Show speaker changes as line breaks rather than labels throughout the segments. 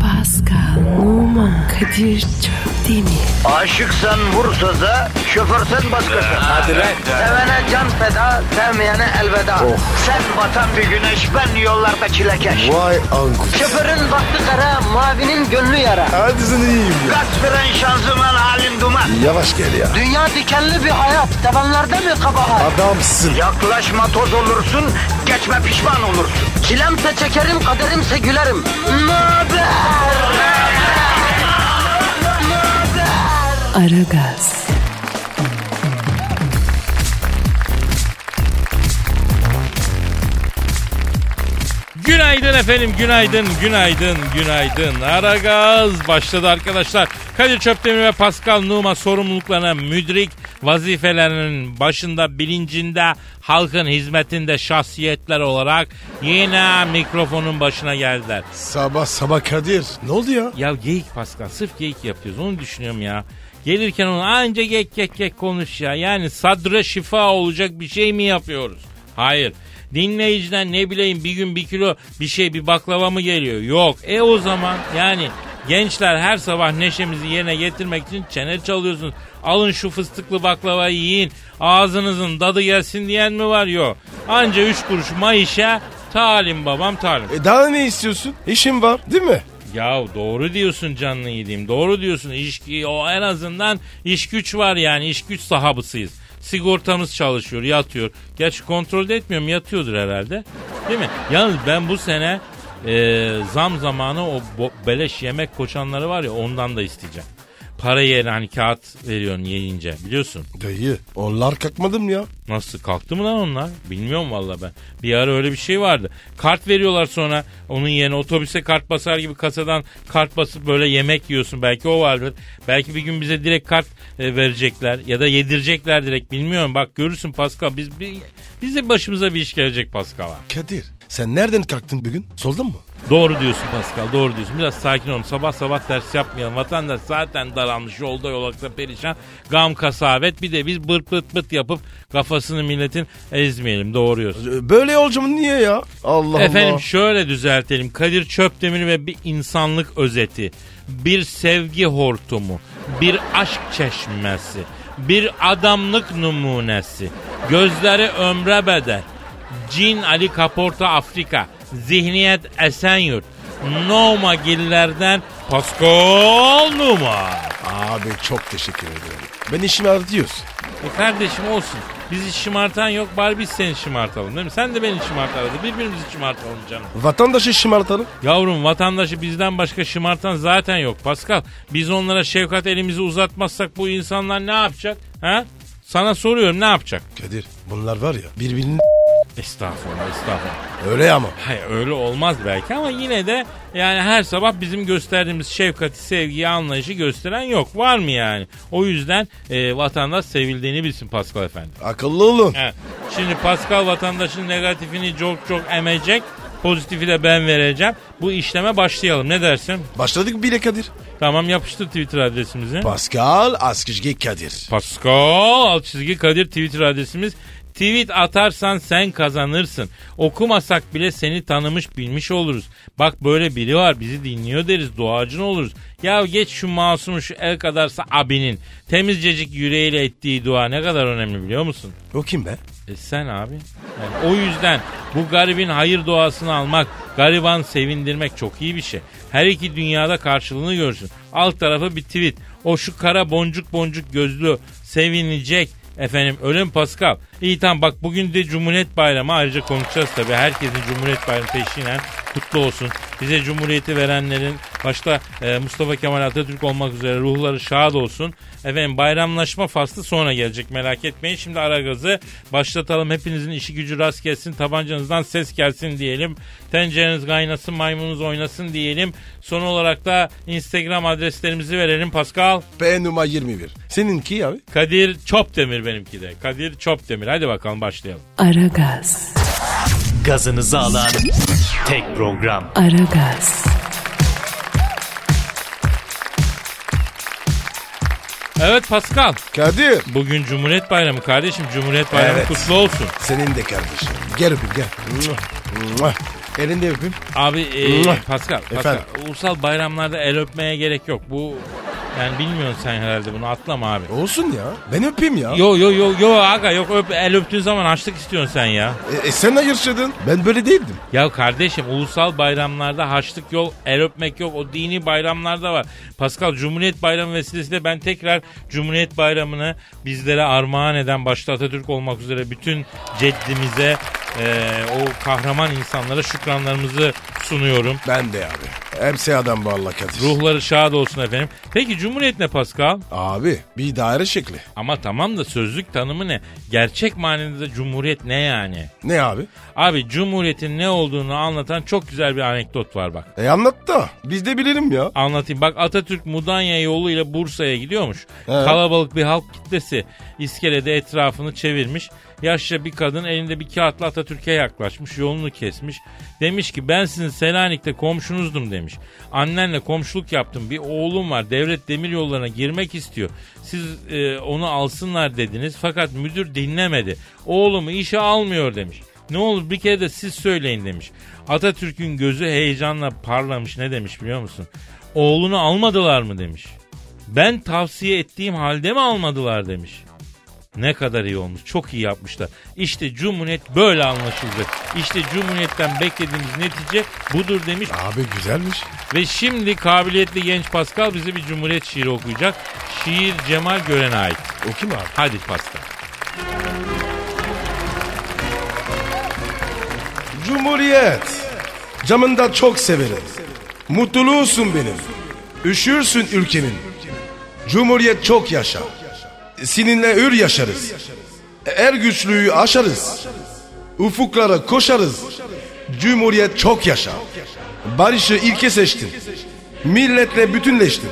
Pascal, Numan, Kadir çok değil mi?
Aşıksan vursa da, şoförsen başkasın. Hadi
lan.
Sevene can feda, sevmeyene elveda. Sen batan bir güneş, ben yollarda çilekeş.
Vay anku.
Şoförün baktı kara, mavinin gönlü yara.
Hadi sen iyiyim ya.
Kasperen şanzıman halin duman.
Yavaş gel ya.
Dünya dikenli bir hayat, sevenlerde mi kabahar?
Adamsın.
Yaklaşma toz olursun, geçme pişman olursun. Çilemse çekerim, kaderimse gülerim. Möber!
Aragaz,
Günaydın efendim, günaydın, günaydın, günaydın. Ara gaz başladı arkadaşlar. Kadir Çöptemir ve Pascal Numa sorumluluklarına müdrik vazifelerinin başında, bilincinde, halkın hizmetinde şahsiyetler olarak yine mikrofonun başına geldiler.
Sabah sabah Kadir. Ne oldu ya?
Ya geyik Pascal, sırf geyik yapıyoruz onu düşünüyorum ya. Gelirken onu anca gek gek gek konuş ya. Yani sadra şifa olacak bir şey mi yapıyoruz? Hayır. Dinleyiciden ne bileyim bir gün bir kilo bir şey bir baklava mı geliyor? Yok. E o zaman yani gençler her sabah neşemizi yerine getirmek için çene çalıyorsunuz. Alın şu fıstıklı baklavayı yiyin. Ağzınızın dadı gelsin diyen mi var? Yok. Anca üç kuruş mayışa talim babam talim.
E daha ne istiyorsun? İşim var değil mi?
Ya doğru diyorsun canlı yediğim. Doğru diyorsun. İş, o en azından iş güç var yani. iş güç sahabısıyız. Sigortamız çalışıyor, yatıyor. Gerçi kontrol de etmiyorum, yatıyordur herhalde. Değil mi? Yalnız ben bu sene e, zam zamanı o bo- beleş yemek koçanları var ya ondan da isteyeceğim. Para yerine hani kağıt veriyorsun yiyince biliyorsun.
Dayı onlar kalkmadım ya.
Nasıl kalktı mı lan onlar? Bilmiyorum valla ben. Bir ara öyle bir şey vardı. Kart veriyorlar sonra onun yerine otobüse kart basar gibi kasadan kart basıp böyle yemek yiyorsun. Belki o vardır. Belki bir gün bize direkt kart e, verecekler ya da yedirecekler direkt bilmiyorum. Bak görürsün Pascal biz, biz bizim başımıza bir iş gelecek Pascal'a.
Kadir sen nereden kalktın bugün? Soldun mu?
Doğru diyorsun Pascal doğru diyorsun. Biraz sakin olun sabah sabah ders yapmayalım. Vatandaş zaten daralmış yolda yolakta perişan. Gam kasavet bir de biz bırt bırt bırt yapıp kafasını milletin ezmeyelim doğru diyorsun.
E, Böyle olacağım niye ya? Allah
Efendim
Allah.
şöyle düzeltelim. Kadir Çöpdemir ve bir insanlık özeti. Bir sevgi hortumu. Bir aşk çeşmesi. Bir adamlık numunesi. Gözleri ömre bedel. Cin Ali Kaporta Afrika. Zihniyet Esenyurt. Noma gillerden Pascal Numa.
Abi çok teşekkür ederim. Ben işimi arıyorsun.
E kardeşim olsun. Bizi şımartan yok bari biz seni şımartalım değil mi? Sen de beni şımart arada. Birbirimizi şımartalım canım.
Vatandaşı şımartalım.
Yavrum vatandaşı bizden başka şımartan zaten yok Pascal. Biz onlara şefkat elimizi uzatmazsak bu insanlar ne yapacak? Ha? Sana soruyorum ne yapacak?
Kadir bunlar var ya birbirini
Estağfurullah estağfurullah.
öyle ama.
Hayır öyle olmaz belki ama yine de yani her sabah bizim gösterdiğimiz şefkati, sevgiyi, anlayışı gösteren yok. Var mı yani? O yüzden e, vatandaş sevildiğini bilsin Pascal efendi.
Akıllı olun.
He. Şimdi Pascal vatandaşın negatifini çok çok emecek. Pozitifi de ben vereceğim. Bu işleme başlayalım. Ne dersin?
Başladık bile Kadir.
Tamam yapıştır Twitter adresimizi.
Pascal Askizgi Kadir.
Pascal alt çizgi Kadir Twitter adresimiz. Tweet atarsan sen kazanırsın. Okumasak bile seni tanımış bilmiş oluruz. Bak böyle biri var bizi dinliyor deriz duacın oluruz. Ya geç şu masumu şu el kadarsa abinin. Temizcecik yüreğiyle ettiği dua ne kadar önemli biliyor musun?
O kim be?
E sen abi. Yani o yüzden bu garibin hayır duasını almak, gariban sevindirmek çok iyi bir şey. Her iki dünyada karşılığını görsün. Alt tarafı bir tweet. O şu kara boncuk boncuk gözlü sevinecek. Efendim öyle mi Pascal? İyi tamam bak bugün de Cumhuriyet Bayramı ayrıca konuşacağız tabii. Herkesin Cumhuriyet Bayramı peşinen kutlu olsun. Bize Cumhuriyeti verenlerin başta e, Mustafa Kemal Atatürk olmak üzere ruhları şad olsun. Efendim bayramlaşma faslı sonra gelecek merak etmeyin. Şimdi ara gazı başlatalım. Hepinizin işi gücü rast gelsin. Tabancanızdan ses gelsin diyelim. Tencereniz kaynasın maymununuz oynasın diyelim. Son olarak da Instagram adreslerimizi verelim. Pascal
P numara 21. Seninki abi?
Kadir Çopdemir benimki de. Kadir Çopdemir. Hadi bakalım başlayalım.
Aragaz,
gazınızı alan tek program.
Aragaz,
Evet Pascal.
Kadir.
Bugün Cumhuriyet Bayramı kardeşim. Cumhuriyet Bayramı
Evet.
kutlu olsun.
Senin de kardeşim. Gel öpeyim gel. Mua, mua. Elinde öpeyim.
Abi e,
Mua.
Pascal, Pascal
Efendim?
ulusal bayramlarda el öpmeye gerek yok. Bu yani bilmiyorsun sen herhalde bunu atlama abi.
Olsun ya. Ben öpeyim ya.
Yo yo yo yo aga yok öp, el öptüğün zaman açlık istiyorsun sen ya.
E, e, sen hayır şeydin. Ben böyle değildim.
Ya kardeşim ulusal bayramlarda haçlık yok, el öpmek yok. O dini bayramlarda var. Pascal Cumhuriyet Bayramı vesilesiyle ben tekrar Cumhuriyet Bayramı'nı bizlere armağan eden başta Atatürk olmak üzere bütün ceddimize e, o kahraman insanlara şükranlarımızı sunuyorum.
Ben de abi. Hepsi adam bu Allah Kadir.
Ruhları şad olsun efendim. Peki Cumhuriyet ne Pascal?
Abi bir daire şekli.
Ama tamam da sözlük tanımı ne? Gerçek manada Cumhuriyet ne yani?
Ne abi?
Abi Cumhuriyet'in ne olduğunu anlatan çok güzel bir anekdot var bak.
E anlat da. Biz de bilelim ya.
Anlatayım. Bak Atatürk Mudanya yoluyla Bursa'ya gidiyormuş.
Evet.
Kalabalık bir halk kitlesi iskelede etrafını çevirmiş. Yaşça bir kadın elinde bir kağıtla Atatürk'e yaklaşmış. Yolunu kesmiş. Demiş ki ben sizin Selanik'te komşunuzdum demiş. Annenle komşuluk yaptım. Bir oğlum var. Devlet demir yollarına girmek istiyor. Siz e, onu alsınlar dediniz. Fakat müdür dinlemedi. Oğlumu işe almıyor demiş. Ne olur bir kere de siz söyleyin demiş. Atatürk'ün gözü heyecanla parlamış ne demiş biliyor musun? Oğlunu almadılar mı demiş. Ben tavsiye ettiğim halde mi almadılar demiş. Ne kadar iyi olmuş. Çok iyi yapmışlar. İşte Cumhuriyet böyle anlaşıldı. İşte Cumhuriyet'ten beklediğimiz netice budur demiş.
Abi güzelmiş.
Ve şimdi kabiliyetli genç Pascal bize bir Cumhuriyet şiiri okuyacak. Şiir Cemal Gören'e ait.
O kim abi?
Hadi Pascal.
Cumhuriyet. Camında çok severim. Mutluluğusun benim. Üşürsün ülkenin. Cumhuriyet çok yaşa. Seninle ür yaşarız. Er güçlüyü aşarız. Ufuklara koşarız. Cumhuriyet çok yaşa. Barışı ilke seçtin. Milletle bütünleştin.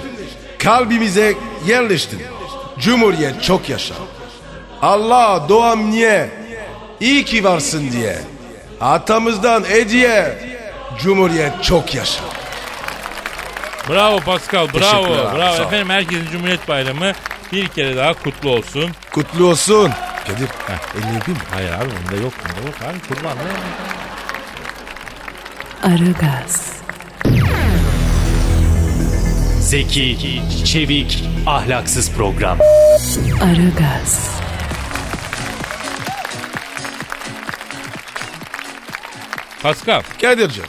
Kalbimize yerleştin. Cumhuriyet çok yaşa. Allah doğam niye? İyi ki varsın diye. Atamızdan hediye. Cumhuriyet çok yaşa.
Bravo Pascal,
Teşekkürler
bravo.
abi,
Bravo
sağ ol.
efendim herkesin Cumhuriyet Bayramı bir kere daha kutlu olsun.
Kutlu olsun. Kadir elini öpeyim mi?
Hayır abi bunda yok, bunda yok abi kurban ne?
Aragaz,
Zeki, çevik, ahlaksız program.
Aragaz,
Pascal,
Kadir'cim.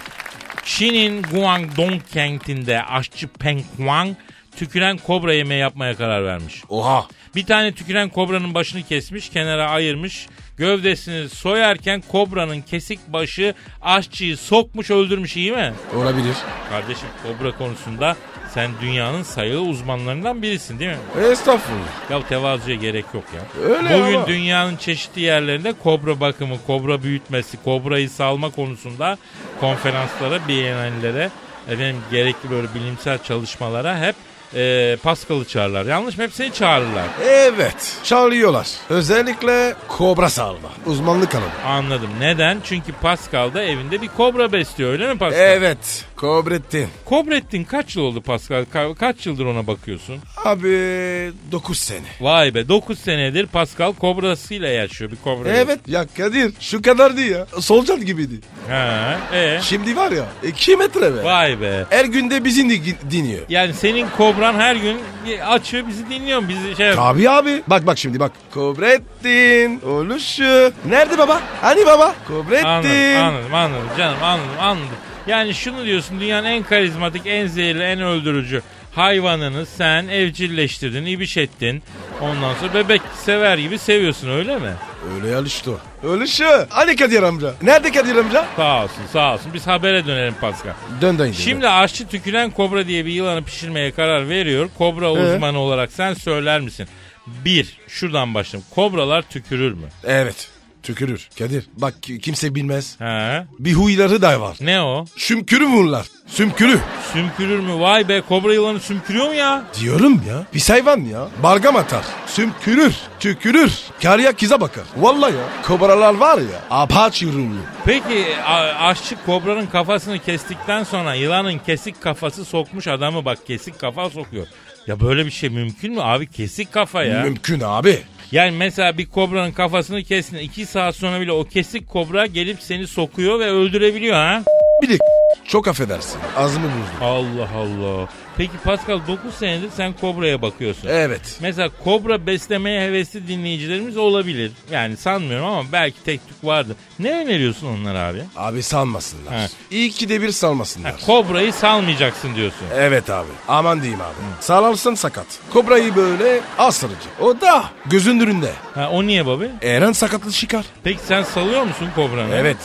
Çin'in Guangdong kentinde aşçı Peng Huang tüküren kobra yemeği yapmaya karar vermiş.
Oha.
Bir tane tüküren kobranın başını kesmiş, kenara ayırmış. Gövdesini soyarken kobranın kesik başı aşçıyı sokmuş öldürmüş iyi mi?
Olabilir.
Kardeşim kobra konusunda sen dünyanın sayılı uzmanlarından birisin değil mi?
Estağfurullah.
Ya tevazuya gerek yok ya.
Öyle
Bugün
ama.
dünyanın çeşitli yerlerinde kobra bakımı, kobra büyütmesi, kobrayı salma konusunda konferanslara, bienallere, efendim gerekli böyle bilimsel çalışmalara hep e, Pascal'ı çağırırlar. Yanlış mı? Hep seni çağırırlar.
Evet. Çağırıyorlar. Özellikle kobra salma. Uzmanlık alanı.
Anladım. Neden? Çünkü Pascal da evinde bir kobra besliyor öyle mi Pascal?
Evet. Kobrettin.
Kobrettin kaç yıl oldu Pascal? Ka- kaç yıldır ona bakıyorsun?
Abi 9 sene.
Vay be 9 senedir Pascal kobrasıyla yaşıyor bir kobra.
Evet ya Kadir şu kadardı ya. Solcan gibiydi.
Ha, e.
Şimdi var ya 2 metre be.
Vay be.
Her günde bizi din- dinliyor.
Yani senin kobran her gün açıyor bizi dinliyor mu? bizi şey
Abi abi. Bak bak şimdi bak. Kobrettin oluşu. Nerede baba? Hani baba?
anladım,
Kobrettin.
anladım anladım canım anladım anladım. Yani şunu diyorsun dünyanın en karizmatik en zehirli en öldürücü hayvanını sen evcilleştirdin ibiş ettin. Ondan sonra bebek sever gibi seviyorsun öyle mi?
Öyle yarıştı. Oluşu. Hani Kadir amca? Nerede Kadir amca?
Sağ olsun sağ olsun biz habere dönelim Pascal.
Dön dön.
Şimdi aşçı tüküren kobra diye bir yılanı pişirmeye karar veriyor. Kobra uzmanı olarak sen söyler misin? Bir, şuradan başlayalım. Kobralar tükürür mü?
Evet. Tükürür. Kadir bak ki- kimse bilmez.
He.
Bir huyları da var.
Ne o?
Sümkürü bunlar. Sümkürü.
Sümkürür mü? Vay be kobra yılanı sümkürüyor mu ya?
Diyorum ya. Bir hayvan ya. Bargam atar. Sümkürür. Tükürür. Karıya kize bakar. Vallahi ya. Kobralar var ya. Apaçi ruhlu.
Peki a- aşçı kobranın kafasını kestikten sonra yılanın kesik kafası sokmuş adamı bak kesik kafa sokuyor. Ya böyle bir şey mümkün mü abi kesik kafa ya.
Mümkün abi.
yani mesela bir kobranın kafasını kestin iki saat sonra bile o kesik kobra gelip seni sokuyor ve öldürebiliyor ha.
bir de çok affedersin. Ağzımı buldum.
Allah Allah. Peki Pascal 9 senedir sen kobraya bakıyorsun.
Evet.
Mesela kobra beslemeye hevesli dinleyicilerimiz olabilir. Yani sanmıyorum ama belki tek tük vardı. Ne öneriyorsun onlara abi?
Abi salmasınlar.
Ha.
İyi ki de bir salmasınlar.
Kobrayı salmayacaksın diyorsun.
Evet abi. Aman diyeyim abi. Sağlarsın sakat. Kobrayı böyle asırıcı. O da gözün önünde.
Ha, o niye babi?
Eren sakatlı çıkar.
Peki sen salıyor musun kobranı?
Evet.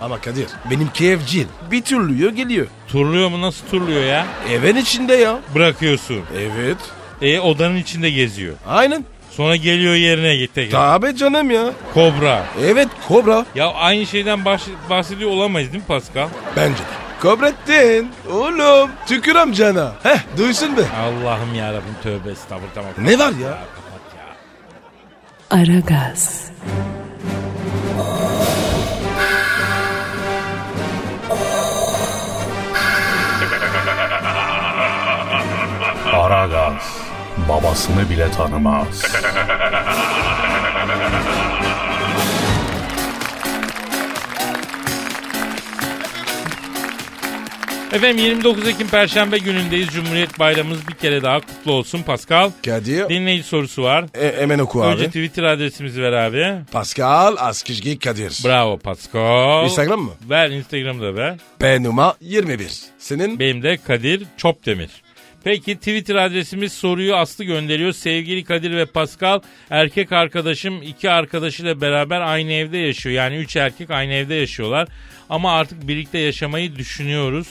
Ama Kadir benimki evcil. Bir türlü geliyor.
Turluyor mu nasıl turluyor ya?
Evin içinde ya.
Bırakıyorsun.
Evet.
E odanın içinde geziyor.
Aynen.
Sonra geliyor yerine git tekrar.
Tabi canım ya.
Kobra.
Evet kobra.
Ya aynı şeyden bahs- bahsediyor olamayız değil mi Pascal?
Bence de. Kobrettin. Oğlum tükür amcana. Heh duysun be.
Allah'ım yarabbim tövbe estağfurullah. Tamam,
Ne var ya?
kapat ya.
Aragaz,
Aragaz babasını bile tanımaz.
Efendim 29 Ekim Perşembe günündeyiz. Cumhuriyet Bayramımız bir kere daha kutlu olsun Pascal.
Kadir.
Dinleyici sorusu var.
E, hemen oku abi.
Önce Twitter adresimizi ver abi.
Pascal Askizgi Kadir.
Bravo Pascal.
Instagram mı?
Ver Instagram'ı da ver.
P numara 21. Senin?
Benim de Kadir Çopdemir. Peki Twitter adresimiz soruyu Aslı gönderiyor. Sevgili Kadir ve Pascal erkek arkadaşım iki arkadaşıyla beraber aynı evde yaşıyor. Yani üç erkek aynı evde yaşıyorlar. Ama artık birlikte yaşamayı düşünüyoruz.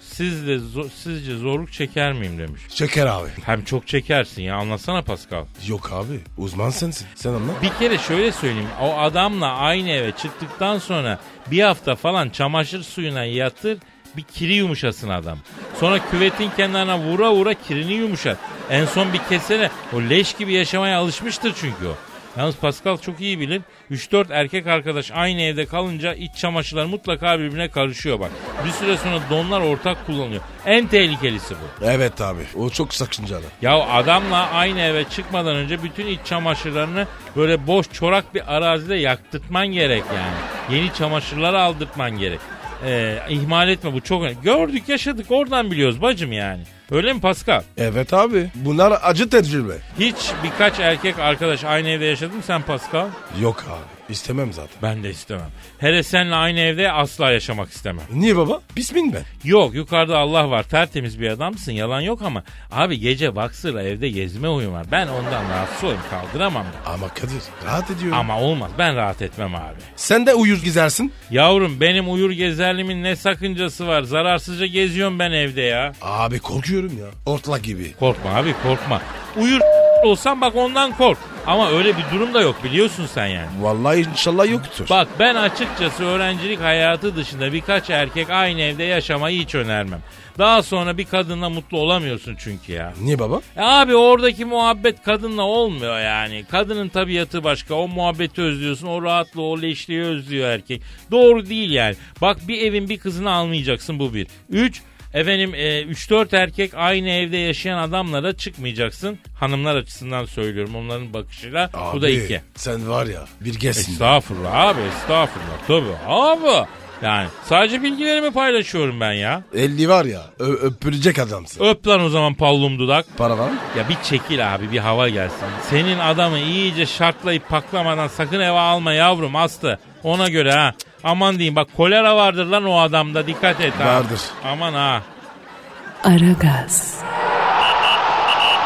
Siz de zo- sizce zorluk çeker miyim demiş.
Şeker abi.
Hem çok çekersin ya anlasana Pascal.
Yok abi. Uzman sensin. Sen anla.
Bir kere şöyle söyleyeyim. O adamla aynı eve çıktıktan sonra bir hafta falan çamaşır suyuna yatır bir kiri yumuşasın adam. Sonra küvetin kenarına vura vura kirini yumuşat. En son bir kesene o leş gibi yaşamaya alışmıştır çünkü o. Yalnız Pascal çok iyi bilir. 3-4 erkek arkadaş aynı evde kalınca iç çamaşırlar mutlaka birbirine karışıyor bak. Bir süre sonra donlar ortak kullanılıyor. En tehlikelisi bu.
Evet abi. O çok sakıncalı.
Ya adamla aynı eve çıkmadan önce bütün iç çamaşırlarını böyle boş çorak bir arazide yaktırtman gerek yani. Yeni çamaşırları aldırtman gerek. Ee, ihmal etme bu çok önemli. Gördük yaşadık oradan biliyoruz bacım yani. Öyle mi Pascal?
Evet abi. Bunlar acı tecrübe.
Hiç birkaç erkek arkadaş aynı evde yaşadın mı sen Pascal?
Yok abi. İstemem zaten.
Ben de istemem. Hele senle aynı evde asla yaşamak istemem.
Niye baba? Bismin ben.
Yok yukarıda Allah var tertemiz bir adamsın yalan yok ama abi gece baksırla evde gezme huyum var. Ben ondan rahatsız olayım kaldıramam da.
Ama Kadir rahat ediyorum.
Ama olmaz ben rahat etmem abi.
Sen de uyuz gizersin.
Yavrum benim uyur gezerlimin ne sakıncası var? Zararsızca geziyorum ben evde ya.
Abi korkuyorum ya. Ortla gibi.
Korkma abi korkma. Uyur olsan bak ondan kork. Ama öyle bir durum da yok biliyorsun sen yani.
Vallahi inşallah yoktur.
Bak ben açıkçası öğrencilik hayatı dışında birkaç erkek aynı evde yaşamayı hiç önermem. Daha sonra bir kadınla mutlu olamıyorsun çünkü ya.
Niye baba?
E abi oradaki muhabbet kadınla olmuyor yani. Kadının tabiatı başka. O muhabbeti özlüyorsun. O rahatlığı, o leşliği özlüyor erkek. Doğru değil yani. Bak bir evin bir kızını almayacaksın bu bir. Üç, efendim 3-4 erkek aynı evde yaşayan adamlara çıkmayacaksın. Hanımlar açısından söylüyorum onların bakışıyla. bu da
Abi,
iki.
Sen var ya bir gelsin.
Estağfurullah abi estağfurullah. Tabii abi. Yani sadece bilgilerimi paylaşıyorum ben ya.
50 var ya ö- öpülecek adamsın.
Öp lan o zaman pallum dudak.
Para var mı?
Ya bir çekil abi bir hava gelsin. Senin adamı iyice şartlayıp paklamadan sakın eve alma yavrum Aslı. Ona göre ha. Aman diyeyim bak kolera vardır lan o adamda dikkat et ha.
Vardır.
Aman ha.
Aragaz,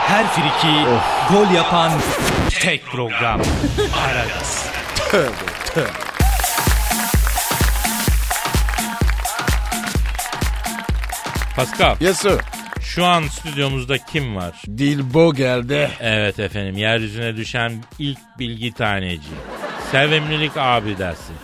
Her friki gol yapan tek program. Aragaz.
Pascal
Yes sir.
şu an stüdyomuzda kim var?
Dilbo geldi.
Evet efendim yeryüzüne düşen ilk bilgi taneci. Sevimlilik abi dersin.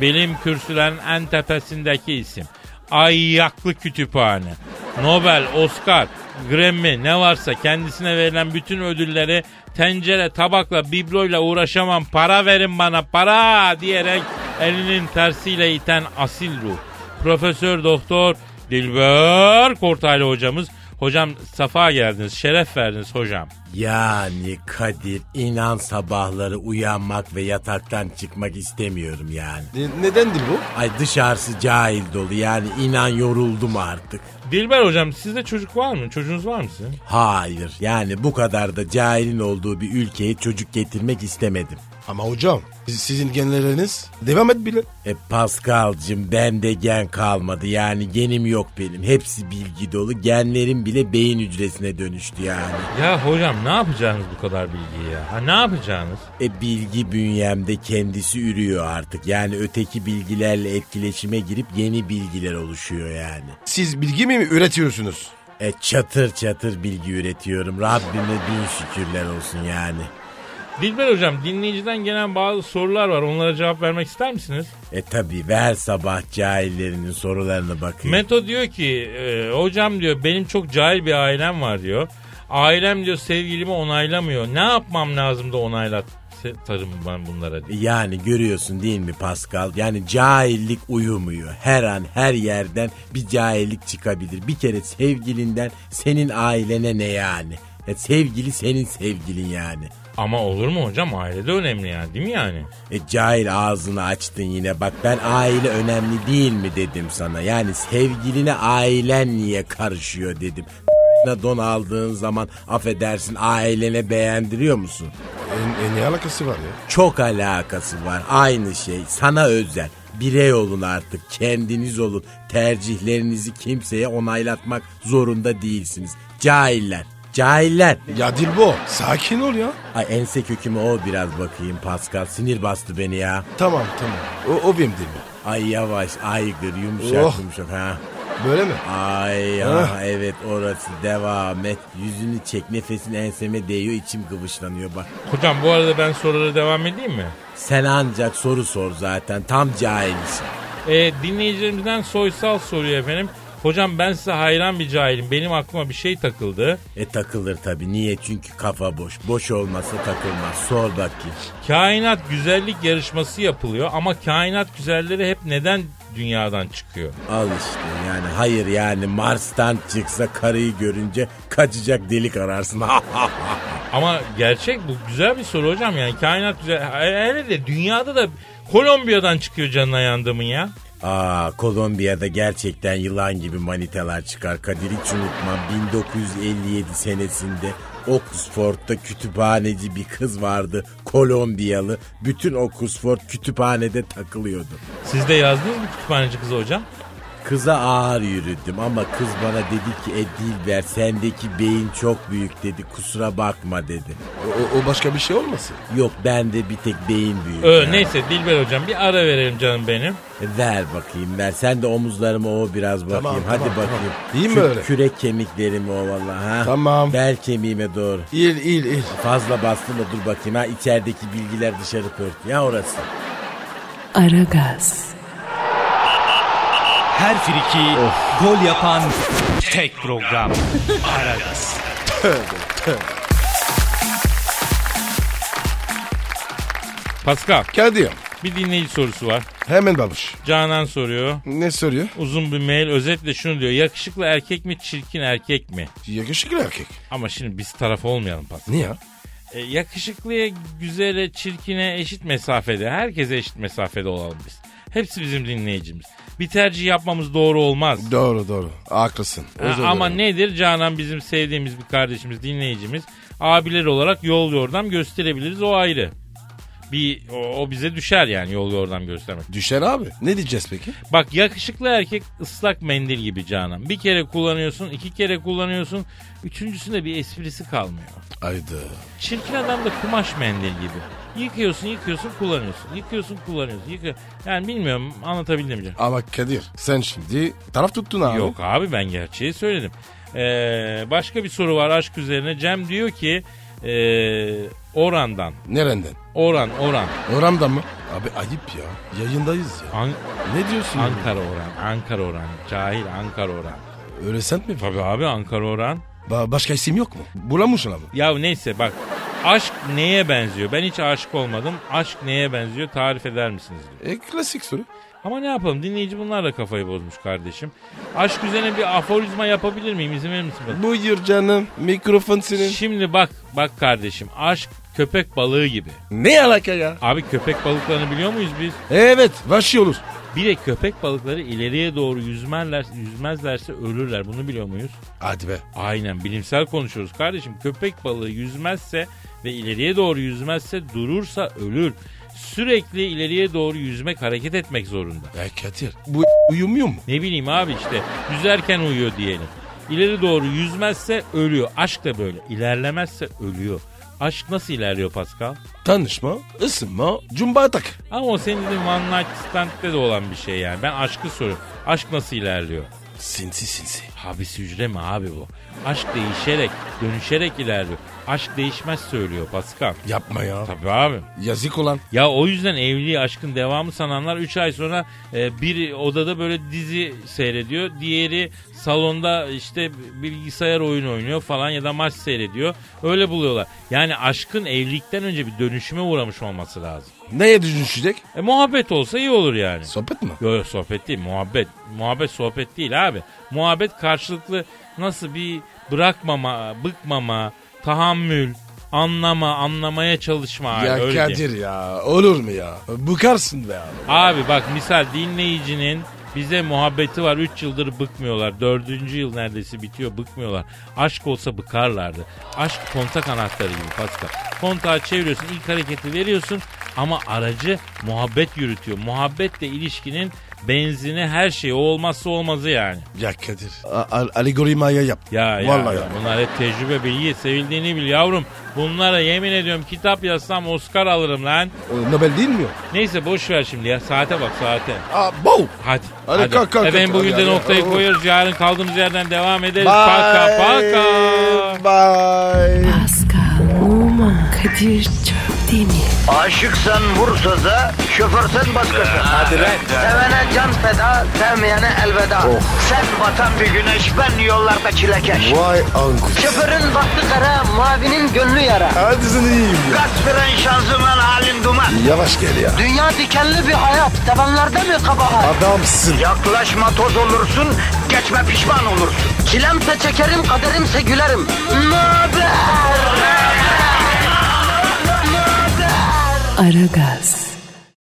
Bilim kürsülerin en tepesindeki isim. Ayyaklı kütüphane. Nobel, Oscar, Grammy ne varsa kendisine verilen bütün ödülleri tencere, tabakla, bibloyla uğraşamam para verin bana para diyerek elinin tersiyle iten asil ruh. Profesör Doktor Dilber Kortaylı hocamız Hocam safa geldiniz, şeref verdiniz hocam.
Yani Kadir inan sabahları uyanmak ve yataktan çıkmak istemiyorum yani.
Ne- nedendir bu?
Ay dışarısı cahil dolu yani inan yoruldum artık.
Dilber hocam sizde çocuk var mı? Çocuğunuz var mı sizin?
Hayır yani bu kadar da cahilin olduğu bir ülkeye çocuk getirmek istemedim.
Ama hocam siz- sizin genleriniz devam et bile.
E Pascal'cım bende gen kalmadı yani genim yok benim. Hepsi bilgi dolu genlerim bile beyin hücresine dönüştü yani.
Ya hocam ne yapacaksınız bu kadar bilgiyi ya? Ha ne yapacaksınız?
E bilgi bünyemde kendisi ürüyor artık. Yani öteki bilgilerle etkileşime girip yeni bilgiler oluşuyor yani.
Siz bilgi mi üretiyorsunuz?
E çatır çatır bilgi üretiyorum. Rabbime bin şükürler olsun yani.
Dilber hocam dinleyiciden gelen bazı sorular var. Onlara cevap vermek ister misiniz?
E tabi ver sabah cahillerinin sorularına bakayım.
Meto diyor ki e, hocam diyor benim çok cahil bir ailem var diyor. Ailem diyor sevgilimi onaylamıyor. Ne yapmam lazım da onaylatırım ben bunlara diyor.
E, yani görüyorsun değil mi Pascal? Yani cahillik uyumuyor. Her an her yerden bir cahillik çıkabilir. Bir kere sevgilinden senin ailene ne yani? E sevgili senin sevgilin yani.
Ama olur mu hocam ailede önemli yani değil mi yani?
E, cahil ağzını açtın yine bak ben aile önemli değil mi dedim sana. Yani sevgiline ailen niye karışıyor dedim. don aldığın zaman affedersin ailene beğendiriyor musun?
E, e, ne alakası var ya?
Çok alakası var aynı şey sana özel. Birey olun artık kendiniz olun tercihlerinizi kimseye onaylatmak zorunda değilsiniz. Cahiller cahiller.
Ya Dilbo sakin ol ya.
Ay ense kökümü o biraz bakayım Pascal sinir bastı beni ya.
Tamam tamam. O, o benim Dilbo.
Ay yavaş aygır yumuşak
Oh.
yumuşak ha.
Böyle mi?
Ay ha, evet orası devam et. Yüzünü çek nefesin enseme değiyor içim kıvışlanıyor bak.
Hocam bu arada ben sorulara devam edeyim mi?
Sen ancak soru sor zaten tam cahilsin.
E, dinleyicilerimizden soysal soruyor efendim. Hocam ben size hayran bir cahilim. Benim aklıma bir şey takıldı.
E takılır tabi niye çünkü kafa boş. Boş olmasa takılmaz sor bakayım.
Kainat güzellik yarışması yapılıyor ama kainat güzelleri hep neden dünyadan çıkıyor?
Al işte yani hayır yani Mars'tan çıksa karıyı görünce kaçacak delik ararsın.
Ama gerçek bu güzel bir soru hocam yani kainat güzel. e, Hele de dünyada da Kolombiya'dan çıkıyor canına yandımın ya.
Aa Kolombiya'da gerçekten yılan gibi manitalar çıkar. Kadir hiç unutma 1957 senesinde Oxford'da kütüphaneci bir kız vardı. Kolombiyalı. Bütün Oxford kütüphanede takılıyordu.
Siz de yazdınız mı kütüphaneci kızı hocam?
Kıza ağır yürüdüm ama kız bana dedi ki e Dilber sendeki beyin çok büyük dedi kusura bakma dedi.
O, o- o başka bir şey olmasın?
Yok bende bir tek beyin büyük.
Ö,
ya.
neyse Dilber hocam bir ara verelim canım benim.
E, Ver bakayım ver. Sen de omuzlarımı o biraz bakayım.
Tamam,
Hadi
tamam,
bakayım.
tamam. İyi mi
Şu
öyle?
Kürek kemiklerimi o vallahi ha.
Tamam.
Bel kemiğime doğru.
İl il il.
Fazla bastın da dur bakayım ha. İçerideki bilgiler dışarı pört. Ya orası.
Aragaz.
Her friki gol yapan tek program. Aragaz.
Pascal
Kadir
bir dinleyici sorusu var.
hemen babuş.
Canan soruyor.
Ne soruyor?
Uzun bir mail özetle şunu diyor. Yakışıklı erkek mi çirkin erkek mi?
Yakışıklı erkek.
Ama şimdi biz taraf olmayalım Pascal.
Niye?
E, yakışıklıya, güzele, çirkine eşit mesafede, herkese eşit mesafede olalım biz. Hepsi bizim dinleyicimiz. Bir tercih yapmamız doğru olmaz.
Doğru doğru. Haklısın.
Ha,
Özür
ama
dilerim.
nedir Canan bizim sevdiğimiz bir kardeşimiz, dinleyicimiz. Abiler olarak yol yordam gösterebiliriz o ayrı. Bir o, o bize düşer yani yol yordam göstermek.
Düşer abi. Ne diyeceğiz peki?
Bak yakışıklı erkek ıslak mendil gibi Canan. Bir kere kullanıyorsun, iki kere kullanıyorsun. Üçüncüsünde bir esprisi kalmıyor.
Haydi.
Çirkin adam da kumaş mendil gibi. Yıkıyorsun, yıkıyorsun, kullanıyorsun. Yıkıyorsun, kullanıyorsun. Yıkıyor. Yani bilmiyorum anlatabildim mi? canım?
Ama Kadir sen şimdi taraf tuttun abi.
Yok abi ben gerçeği söyledim. Ee, başka bir soru var aşk üzerine. Cem diyor ki ee, Oran'dan.
Nereden?
Oran, Oran.
Oramda mı? Abi ayıp ya. Yayındayız ya.
An-
Ne diyorsun?
Ankara Oran, Ankara Oran. Cahil Ankara Oran.
Öyle sen mi?
Tabii abi Ankara Oran.
Ba- başka isim yok mu? Bulamışsın abi.
Ya neyse bak aşk neye benziyor? Ben hiç aşık olmadım. Aşk neye benziyor? Tarif eder misiniz? diyor.
E klasik soru.
Ama ne yapalım dinleyici bunlarla kafayı bozmuş kardeşim. Aşk üzerine bir aforizma yapabilir miyim? İzin verir misin bana?
Buyur canım. Mikrofon senin.
Şimdi bak bak kardeşim aşk köpek balığı gibi.
Ne alaka ya?
Abi köpek balıklarını biliyor muyuz biz?
Evet. Vahşi olur.
Bir de köpek balıkları ileriye doğru yüzmerler, yüzmezlerse ölürler. Bunu biliyor muyuz?
Hadi be.
Aynen bilimsel konuşuyoruz kardeşim. Köpek balığı yüzmezse ve ileriye doğru yüzmezse durursa ölür. Sürekli ileriye doğru yüzmek hareket etmek zorunda.
Ya Kadir. Bu uyumuyor mu?
Ne bileyim abi işte yüzerken uyuyor diyelim. İleri doğru yüzmezse ölüyor. Aşk da böyle. İlerlemezse ölüyor. Aşk nasıl ilerliyor Pascal?
Tanışma, ısınma, cumba tak.
Ama o senin dediğin one night stand'de de olan bir şey yani. Ben aşkı soruyorum. Aşk nasıl ilerliyor?
Sinsi sinsi.
Habis hücre mi abi bu? Aşk değişerek, dönüşerek ilerliyor. Aşk değişmez söylüyor Pascal.
Yapma ya.
Tabii abi.
Yazık olan.
Ya o yüzden evliliği aşkın devamı sananlar 3 ay sonra e, bir odada böyle dizi seyrediyor. Diğeri salonda işte bilgisayar oyunu oynuyor falan ya da maç seyrediyor. Öyle buluyorlar. Yani aşkın evlilikten önce bir dönüşüme uğramış olması lazım.
Neye düşünecek?
E, muhabbet olsa iyi olur yani.
Sohbet mi?
Yok yok sohbet değil muhabbet. Muhabbet sohbet değil abi. Muhabbet karşılıklı nasıl bir bırakmama, bıkmama, tahammül, anlama, anlamaya çalışma abi.
ya
öyle diyeyim.
Kadir ya. Olur mu ya? Bukarsın be abi.
Abi bak misal dinleyicinin bize muhabbeti var 3 yıldır bıkmıyorlar. 4. yıl neredeyse bitiyor bıkmıyorlar. Aşk olsa bıkarlardı. Aşk kontak anahtarı gibi Pascal. Kontağı çeviriyorsun ilk hareketi veriyorsun ama aracı muhabbet yürütüyor. Muhabbet de ilişkinin benzini her şeyi o olmazsa olmazı yani.
Ya Kadir. a- a- alegori maya yaptı.
Ya ya,
Vallahi
ya.
ya.
bunlar hep tecrübe bilgi sevildiğini bil yavrum. Bunlara yemin ediyorum kitap yazsam Oscar alırım lan.
O Nobel değil mi? o?
Neyse boş ver şimdi ya saate bak saate.
Aa, bov.
Hadi.
Hadi kalk, kalk,
Efendim
kalk.
bugün de
Hadi,
noktayı
hadi.
koyuyoruz. Yarın kaldığımız yerden devam ederiz. Paka paka.
Bye.
Pascal, Oman, Kadir çok değil mi?
Aşıksan vursa da, şoförsen başkasın. Hadi
lan.
Sevene can feda, sevmeyene elveda. Sen batan bir güneş, ben yollarda çilekeş.
Vay anku.
Şoförün baktı kara, mavinin gönlü yara.
Hadi sen iyiyim ya.
Kasperen şanzıman halin duman.
Yavaş gel ya.
Dünya dikenli bir hayat, sevenlerde mi kabahar?
Adamsın.
Yaklaşma toz olursun, geçme pişman olursun. Çilemse çekerim, kaderimse gülerim. Möber!